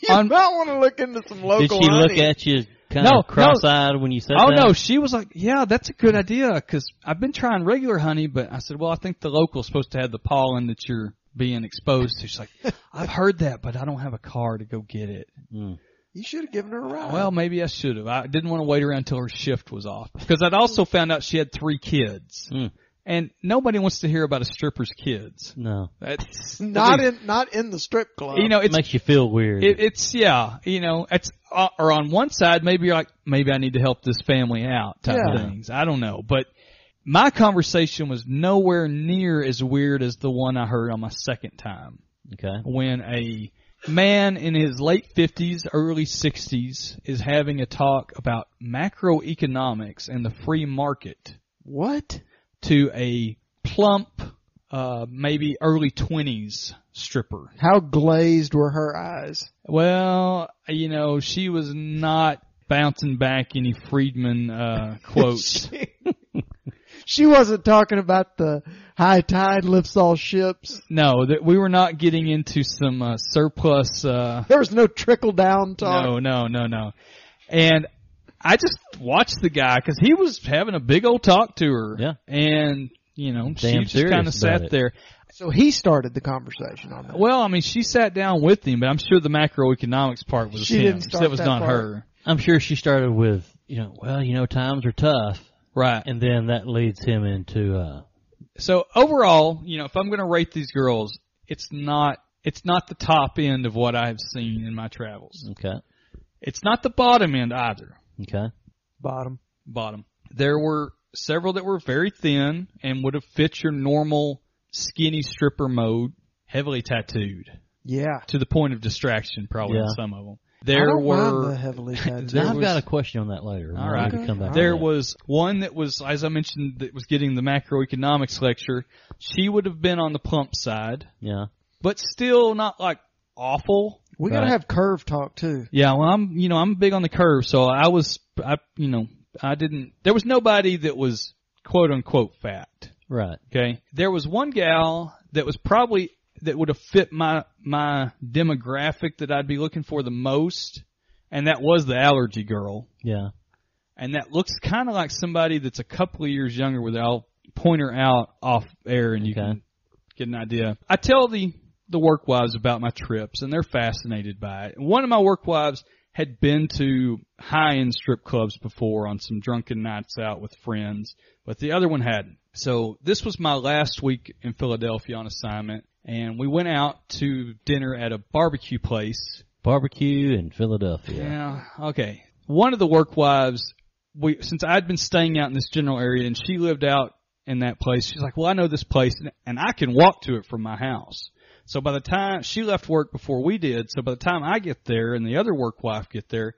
You might want to look into some local Did she honey. look at you kind No, no. of cross-eyed when you said oh that? no, she was like, "Yeah, that's a good idea," because I've been trying regular honey, but I said, "Well, I think the local's supposed to have the pollen that you're being exposed to." She's like, "I've heard that, but I don't have a car to go get it." You should have given her a ride. Well, maybe I should have. I didn't want to wait around till her shift was off because I'd also found out she had three kids, and nobody wants to hear about a stripper's kids. No, that's not in not in the strip club. You know, it's, makes you feel weird. It, it's yeah, you know, it's uh, or on one side maybe you're like maybe I need to help this family out type Yeah. things. I don't know, but my conversation was nowhere near as weird as the one I heard on my second time. Okay. When a man in his late 50s, early 60s is having a talk about macroeconomics and the free market. What? To a plump uh maybe early 20s stripper. How glazed were her eyes? Well, you know, she was not bouncing back any Friedman uh, quotes. She wasn't talking about the high tide lifts all ships. no, that we were not getting into some uh, surplus. Uh, There was no trickle down talk. no, no, no, no. And I just watched the guy because he was having a big old talk to her. Yeah. And you know, Damn she just kind of serious about sat it. there. So he started the conversation on that. Well, I mean, she sat down with him, but I'm sure the macroeconomics part was She him. didn't start was that not part. her. I'm sure she started with, you know, well, you know, times are tough. Right. And then that leads him into, uh, so overall, you know, if I'm going to rate these girls, it's not it's not the top end of what I've seen in my travels. okay, It's not the bottom end either. okay. Bottom. Bottom. There were several that were very thin and would have fit your normal skinny stripper mode, heavily tattooed Yeah. to the point of distraction probably in Yeah. some of them. I There don't mind were the heavily tattooed. there I've was- got a question on that later. all We're right. gonna Come back to There that. was one that was, as I mentioned, that was getting the macroeconomics lecture. She would have been on the plump side, Yeah. but still not like awful. We gotta have curve talk too. Yeah, well, I'm, you know, I'm big on the curve, so I was, I, you know, I didn't. There was nobody that was quote unquote fat. Right. Okay. There was one gal that was probably that would have fit my my demographic that I'd be looking for the most, and that was the allergy girl. Yeah. And that looks kind of like somebody that's a couple of years younger. Where I'll point her out off air, and you can get an idea. I tell the the work wives about my trips, and they're fascinated by it. One of my work wives had been to high end strip clubs before on some drunken nights out with friends, but the other one hadn't. So this was my last week in Philadelphia on assignment, and we went out to dinner at a barbecue place. Barbecue in Philadelphia. Yeah. Okay. One of the work wives, we since I'd been staying out in this general area and she lived out in that place, she's like, "Well, I know this place and, and I can walk to it from my house." So by the time she left work before we did, so by the time I get there and the other work wife get there,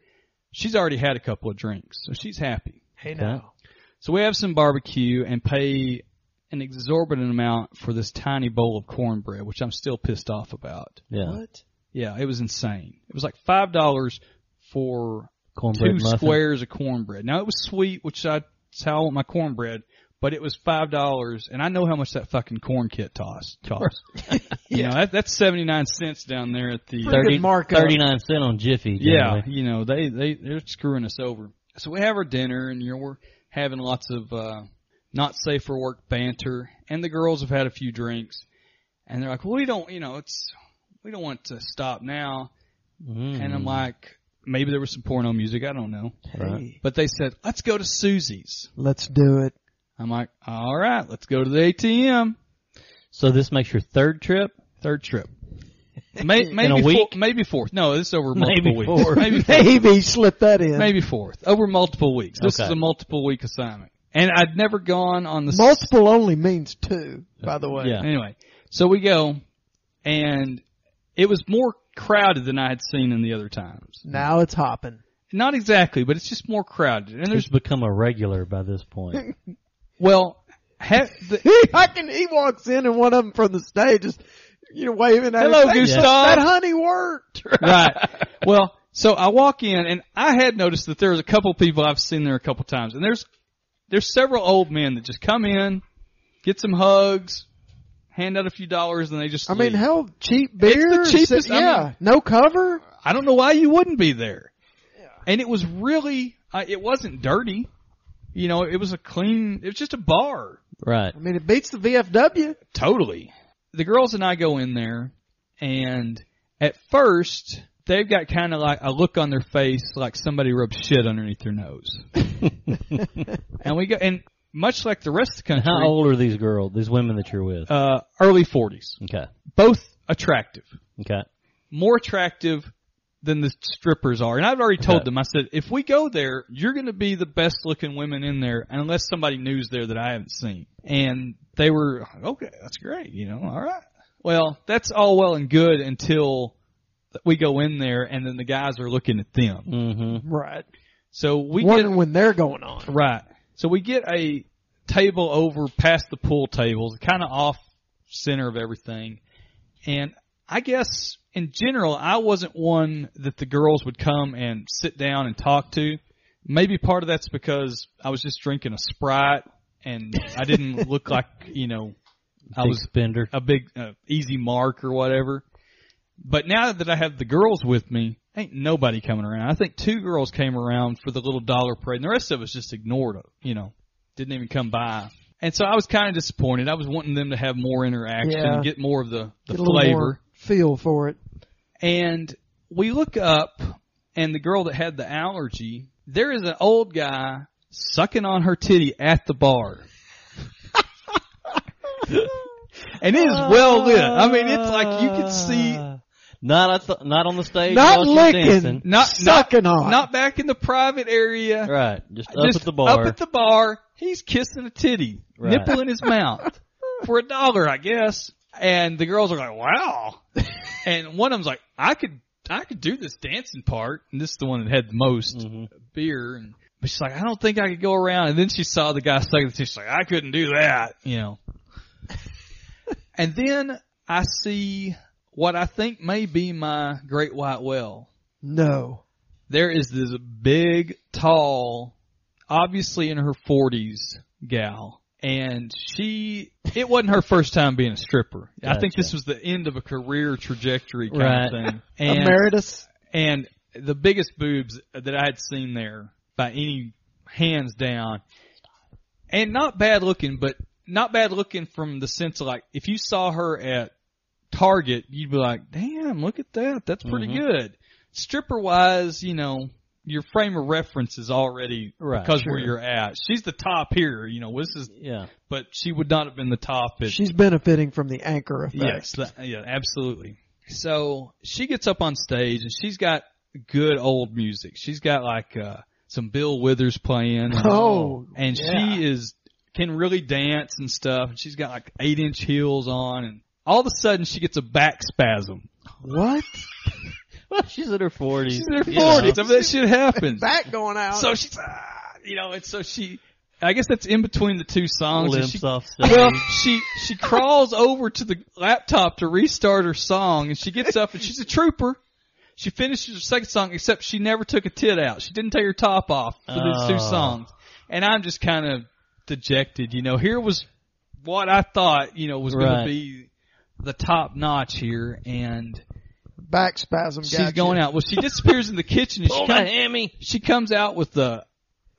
she's already had a couple of drinks, so she's happy. Hey now. So we have some barbecue and pay an exorbitant amount for this tiny bowl of cornbread, which I'm still pissed off about. Yeah. What? Yeah, it was insane. It was like five dollars for Cornbread two muffin. squares of cornbread. Now it was sweet, which I that's how I want my cornbread, but it was five dollars, and I know how much that fucking corn kit toss costs. You know that, that's seventy nine cents down there at the 30, uh, 39 cent on Jiffy. Yeah, generally. you know they they they're screwing us over. So we have our dinner, and you know we're having lots of uh, not safe for work banter, and the girls have had a few drinks, and they're like, well, we don't, you know, it's we don't want to stop now. And Mm. I'm like, maybe there was some porno music. I don't know. Right. But they said, let's go to Susie's. Let's do it. I'm like, all right, let's go to the ATM. So this makes your third trip? Third trip. May, In maybe a four- week? maybe fourth. No, this is over Maybe multiple weeks. fourth. Maybe fourth. Maybe slip that in. Maybe fourth. Over multiple weeks. This Okay. is a multiple week assignment. And I'd never gone on the Multiple only means two, by the way. Anyway, so we go, and it was more crowded than I had seen in the other times. Now it's hopping. Not exactly, but it's just more crowded. And there's It's become a regular by this point. well, ha- the, I can. He walks in and one of them from the stage is, you know, waving at Hello, him. Gustav. That honey worked. right. Well, so I walk in and I had noticed that there was a couple people I've seen there a couple times, and there's there's several old men that just come in, get some hugs, hand out a few dollars, and they just. I mean, leave. hell, cheap beer. cheapest- I Yeah, mean- no cover. I don't know why you wouldn't be there. and it was really uh, it wasn't dirty. You know, it was a clean. It was just a bar. Right. I mean, it beats the VFW. Totally. The girls and I go in there, and at first they've got kind of like a look on their face like somebody rubbed shit underneath their nose. and we go and much like the rest of the country. How old are these girls? These women that you're with? Uh, early forties. Okay. Both attractive. Okay. More attractive than the strippers are. And I've already told okay. them, I said, if we go there, you're going to be the best looking women in there unless somebody new's there that I haven't seen. And they were, okay, that's great. You know, all right. Well, that's all well and good until we go in there and then the guys are looking at them. Mm-hmm. Right. So we wondering get, when they're going on. Right. So we get a table over past the pool tables, kind of off center of everything. And I guess in general, I wasn't one that the girls would come and sit down and talk to. Maybe part of that's because I was just drinking a Sprite and I didn't look like, you know, I big was spender. a big uh, easy mark or whatever. But now that I have the girls with me, ain't nobody coming around. I think two girls came around for the little dollar parade and the rest of us just ignored it, you know, didn't even come by. And so I was kind of disappointed. I was wanting them to have more interaction yeah. and get more of the, the Get a little flavor more feel for it. and we look up and the girl that had the allergy there is an old guy sucking on her titty at the bar and it is well lit i mean it's like you can see Uh, not at the, not on the stage not while she's licking dancing. not sucking not, on not back in the private area right just up Just at the bar up at the bar he's kissing a titty Right. nipple in his mouth for a dollar i guess and the girls are like wow and one of them's like, I could, I could do this dancing part. And this is the one that had the most Mhm. beer. And, but she's like, I don't think I could go around. And then she saw the guy sucking the titty. She's like, I couldn't do that, you know. and then I see what I think may be my great white whale. No. There is this big, tall, obviously in her forties gal. And she, it wasn't her first time being a stripper. I think this was the end of a career trajectory kind of Right. thing. And, Emeritus. and the biggest boobs that I had seen there by any hands down. And not bad looking, but not bad looking from the sense of like, if you saw her at Target, you'd be like, damn, look at that. That's pretty Mhm. good. Stripper wise, you know, your frame of reference is already Right, because sure. where you're at. She's the top here, you know, this is, yeah but she would not have been the top. At, She's benefiting from the anchor effect. Yes, that, yeah, absolutely. So she gets up on stage and she's got good old music. She's got like uh some Bill Withers playing. Oh, and yeah. she is can really dance and stuff. And she's got like eight inch heels on, and all of a sudden she gets a back spasm. What? well she's in her 40s She's in her you know. forties. I mean, that shit happens. Back going Oh. out. So she's, ah, you know, and so she. I guess that's in between the two songs. and limps she off stage well, she she crawls over to the laptop to restart her song, and she gets up and she's a trooper. She finishes her second song, except she never took a tit out. She didn't take her top off for these two Oh. songs, and I'm just kind of dejected. You know, here was what I thought you know was going Right. to be the top notch here, and Back spasm. she's gotcha. going out. Well, she disappears in the kitchen. And she Pull comes, my hammy. she comes out with the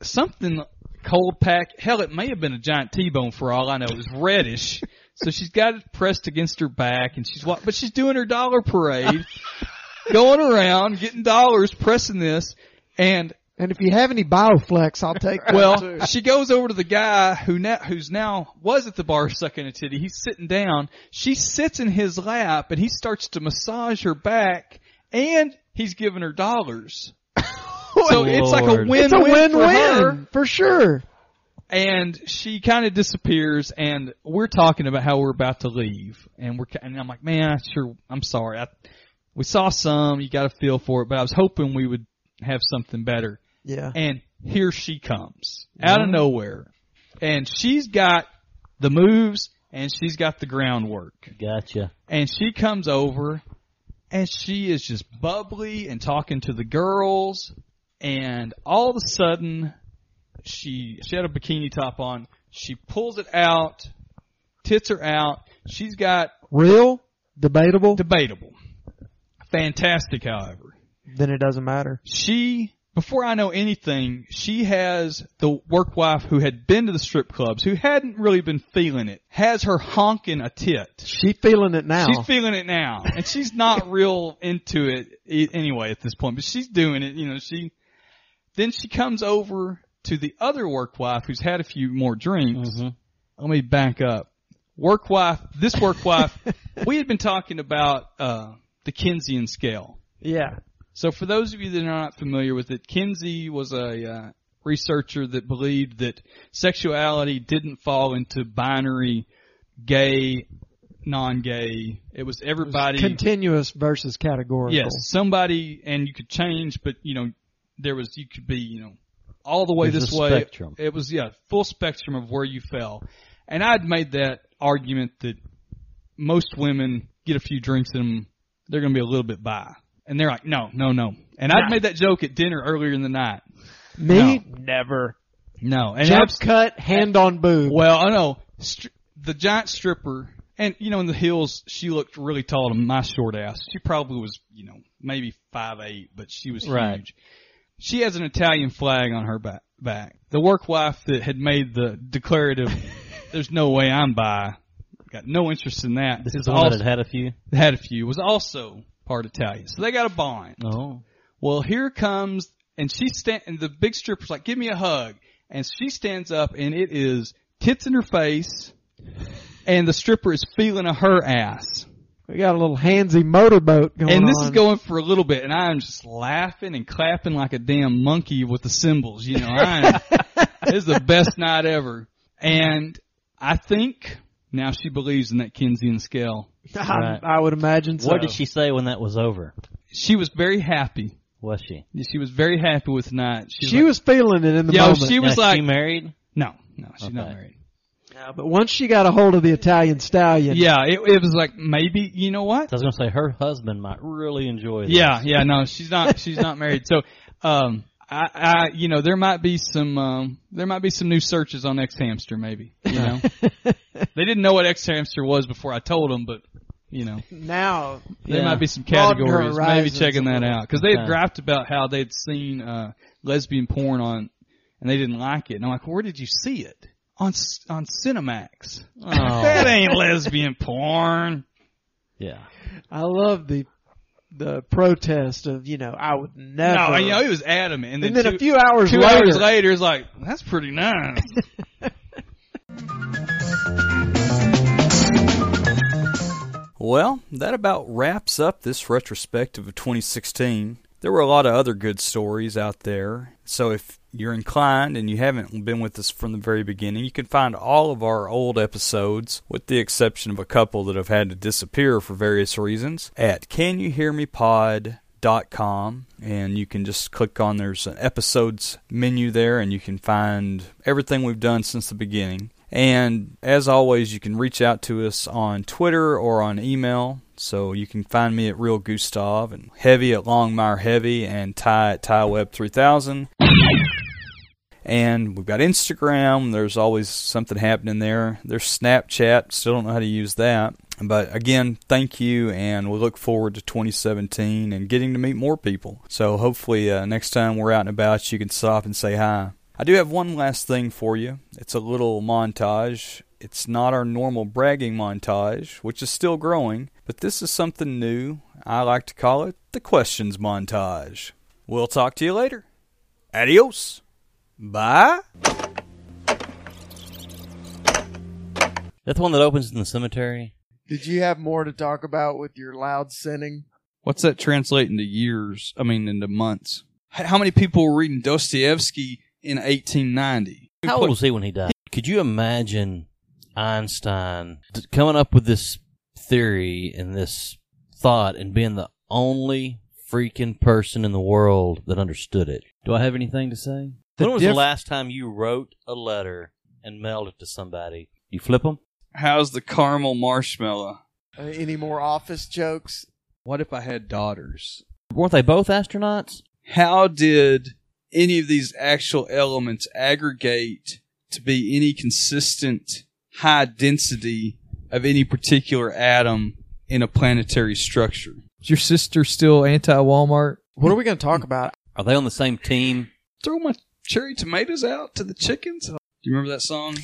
something cold pack. Hell, it may have been a giant T-bone for all I know. It was reddish. so she's got it pressed against her back and she's, wa- but she's doing her dollar parade, going around, getting dollars, pressing this. And And if you have any Bioflex, I'll take that too. well, she goes over to the guy who now, who's now was at the bar sucking a titty. He's sitting down. She sits in his lap and he starts to massage her back and he's giving her dollars. so it's like a Lord. win-win. Oh, It's a for her win-win for, sure. and she kind of disappears and we're talking about how we're about to leave and we're ki- and I'm like man I sure I'm sorry I we saw some you got a feel for it but I was hoping we would have something better Yeah. and here she comes out of nowhere and she's got the moves and she's got the groundwork gotcha and she comes over and she is just bubbly and talking to the girls and all of a sudden she she had a bikini top on she pulls it out tits are out she's got Real, debatable, debatable fantastic however then it doesn't matter. she before I know anything, she has the work wife who had been to the strip clubs, who hadn't really been feeling it, has her honking a tit. She feeling it now. She's feeling it now, and she's not real into it i- anyway at this point. But she's doing it, you know. She then she comes over to the other work wife who's had a few more drinks. Let me back up. Work wife, this work wife, we had been talking about uh, the Keynesian scale. Yeah. So for those of you that are not familiar with it, Kinsey was a uh, researcher that believed that sexuality didn't fall into binary, gay, non-gay. It was everybody. Continuous versus categorical. yes, somebody, and you could change, but you know, there was you could be you know, all the way There's this a way. spectrum. It was yeah, full spectrum of where you fell. And I'd made that argument that most women get a few drinks in them, they're going to be a little bit bi. And they're like, no, no, no. And I'd Nah. made that joke at dinner earlier in the night. Me? Never. No, and Jump abs- cut, hand on boob. Well, I know stri- the giant stripper, and you know, in the hills, she looked really tall to my short ass. She probably was, you know, maybe five eight, but she was Right. huge. She has an Italian flag on her back. back. The work wife that had made the declarative, "There's no way I'm bi," got no interest in that. This is is the one also- that had had a few. had a few was also part Italian, so they got a bond. Oh, Well, here comes, and she stand, and the big stripper's like, "Give me a hug," and she stands up, and it is tits in her face, and the stripper is feeling of her ass, We got a little handsy motorboat going and this on. is going for a little bit, and I'm just laughing and clapping like a damn monkey with the cymbals, you know. I am, this is the best night ever, and I think now she believes in that Keynesian scale. I, I would imagine so. What did she say when that was over? She was very happy. Was she? She was very happy with the night. She was She like- was feeling it in the Yo, moment. she was Now, like she married? No, no, she's not married. but once she got a hold of the Italian stallion, Yeah, it, it was like maybe you know what? I was gonna say her husband might really enjoy this. Yeah, yeah, no, she's not. She's not married. So, um, I, I, you know, there might be some, um, there might be some new searches on X Hamster, maybe. You know, they didn't know what X Hamster was before I told them, but you know, now there yeah. might be some Broaden her categories. Maybe horizons checking a that little. out because they had Okay. griped about how they'd seen uh, lesbian porn on, and they didn't like it. And I'm like, where did you see it? On s- on Cinemax. That ain't lesbian porn. Yeah. I love the the protest of you know I would never. No, you know, he was adamant. And then, And then a two- few hours two later- hours later, it's like that's pretty nice. Well, that about wraps up this retrospective of 2016. There were a lot of other good stories out there. So if you're inclined and you haven't been with us from the very beginning, you can find all of our old episodes, with the exception of a couple that have had to disappear for various reasons, at canyouhearmepod.com. And you can just click on there's an episodes menu there, and you can find everything we've done since the beginning. And as always, you can reach out to us on Twitter or on email. So you can find me at Real Gustav and Heavy at Longmire Heavy and Ty at TyWeb3000. And we've got Instagram. There's always something happening there. There's Snapchat. Still don't know how to use that. But again, thank you, and we look forward to 2017 and getting to meet more people. So hopefully, uh, next time we're out and about, you can stop and say hi. I do have one last thing for you. It's a little montage. It's not our normal bragging montage, which is still growing, but this is something new. I like to call it the questions montage. We'll talk to you later. Adios. Bye. That's one that opens in the cemetery. Did you have more to talk about with your loud sinning? What's that translate into years? I mean, into months. H- How many people were reading Dostoevsky in 1890? How old was he when he died? Could you imagine Einstein t- coming up with this theory and this thought and being the only freaking person in the world that understood it? Do I have anything to say? The when was the diff- last time you wrote a letter and mailed it to somebody? You flip them? How's the caramel marshmallow? Uh, any more office jokes? What if I had daughters? Weren't they both astronauts? How did any of these actual elements aggregate to be any consistent high density of any particular atom in a planetary structure? Is your sister still anti Walmart? What are we going to talk about? Are they on the same team? Throw my cherry tomatoes out to the chickens. Do you remember that song?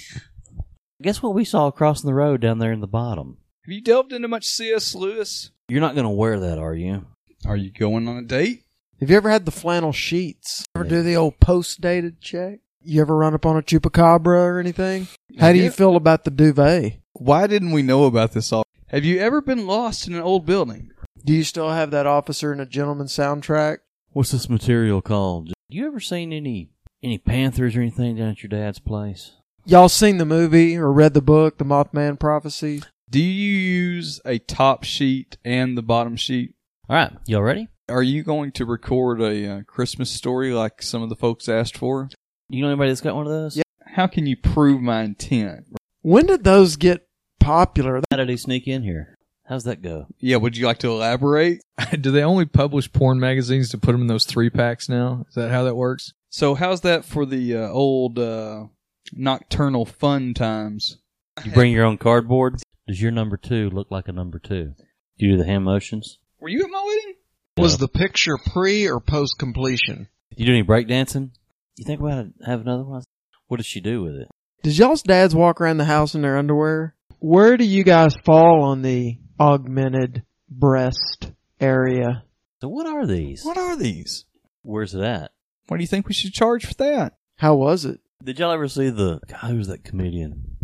Guess what we saw crossing the road down there in the bottom? Have you delved into much C.S. Lewis? You're not going to wear that, are you? Are you going on a date? Have you ever had the flannel sheets? Ever do the old post dated check? You ever run up on a chupacabra or anything? How do you feel about the duvet? Why didn't we know about this all? Have you ever been lost in an old building? Do you still have that officer and a gentleman soundtrack? What's this material called? You ever seen any any panthers or anything down at your dad's place? Y'all seen the movie or read the book, The Mothman Prophecy? Do you use a top sheet and the bottom sheet? All right, y'all ready? Are you going to record a uh, Christmas story like some of the folks asked for? You know anybody that's got one of those? Yeah. How can you prove my intent? When did those get popular? How did he sneak in here? How's that go? Yeah, would you like to elaborate? Do they only publish porn magazines to put them in those three packs now? Is that how that works? So how's that for the uh, old uh, nocturnal fun times? You bring your own cardboard. Does your number two look like a number two? Do you do the hand motions? Were you at my wedding? Yeah. Was the picture pre or post completion? You do any break dancing? You think about it, have another one? What does she do with it? Does y'all's dads walk around the house in their underwear? Where do you guys fall on the augmented breast area? So what are these? What are these? Where's it at? What do you think we should charge for that? How was it? Did y'all ever see the God, who's that comedian?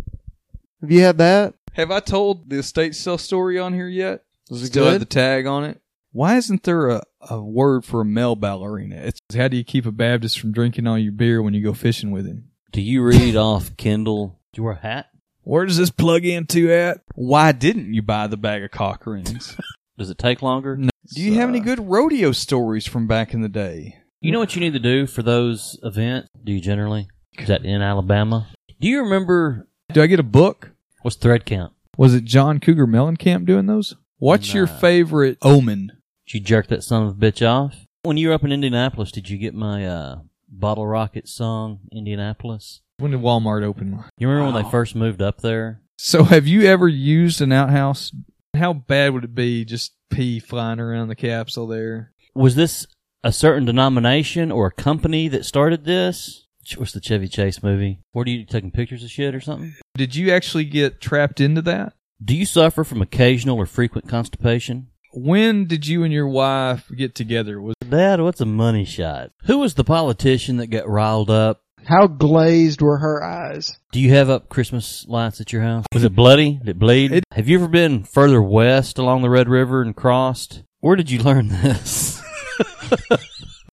Have you had that? Have I told the estate sale story on here yet? Was it Still good? had the tag on it. Why isn't there a, a word for a male ballerina? It's How do you keep a Baptist from drinking all your beer when you go fishing with him? Do you read off Kindle? Do you wear a hat? Where does this plug into at? Why didn't you buy the bag of cock rings? Does it take longer? No. Do you have any good rodeo stories from back in the day? You know what you need to do for those events? Do you generally? Is that in Alabama? Do you remember Do I get a book? what's thread count? Was it John Cougar Mellencamp doing those? What's your favorite omen? Did you jerk that son of a bitch off? When you were up in Indianapolis, did you get my uh, Bottle Rocket song, Indianapolis? When did Walmart open? You remember when they first moved up there? So, have you ever used an outhouse? How bad would it be just pee flying around the capsule there? Was this a certain denomination or a company that started this? Ch- What's the Chevy Chase movie? Where do you taking pictures of shit or something? Did you actually get trapped into that? Do you suffer from occasional or frequent constipation? When did you and your wife get together? Was Dad, what's a money shot? Who was the politician that got riled up? How glazed were her eyes? Do you have up Christmas lights at your house? Was it bloody? Did it bleed? It- have you ever been further west along the Red River and crossed? Where did you learn this?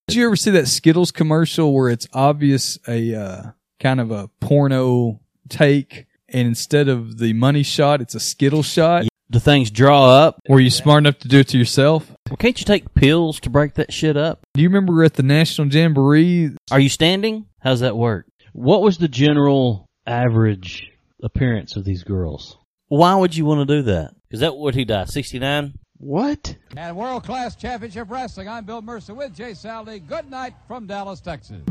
Did you ever see that Skittles commercial where it's obvious a uh, kind of a porno take, and instead of the money shot, it's a Skittle shot? Do things draw up? Were you smart enough to do it to yourself? Well, can't you take pills to break that shit up? Do you remember at the National Jamboree? Are you standing? How's that work? What was the general average appearance of these girls? Why would you want to do that? Is that what he died? 69? What? and World Class Championship Wrestling. I'm Bill Mercer with Jay Sally. Good night from Dallas, Texas.